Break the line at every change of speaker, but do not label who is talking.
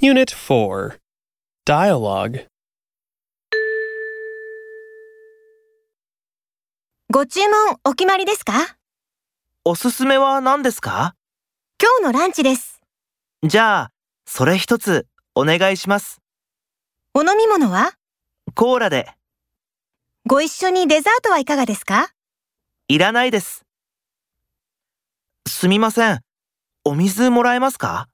Unit 4 Dialogue
ご注文お決まりですか
おすすめは何ですか
今日のランチです。
じゃあ、それ一つお願いします。
お飲み物は
コーラで、
ご一緒にデザートはいかがですか
いらないです。すみません。お水もらえますか